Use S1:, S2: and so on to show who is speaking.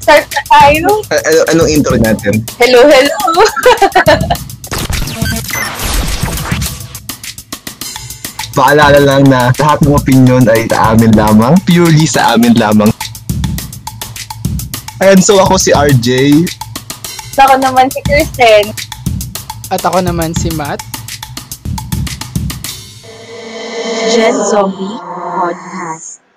S1: start na tayo.
S2: A- a- Eh, ano, anong intro natin?
S1: Hello, hello.
S2: Paalala lang na lahat ng opinion ay sa amin lamang. Purely sa amin lamang. Ayan, so ako si RJ.
S1: Ako naman si Kirsten.
S3: At ako naman si Matt.
S4: Gen Zombie Podcast.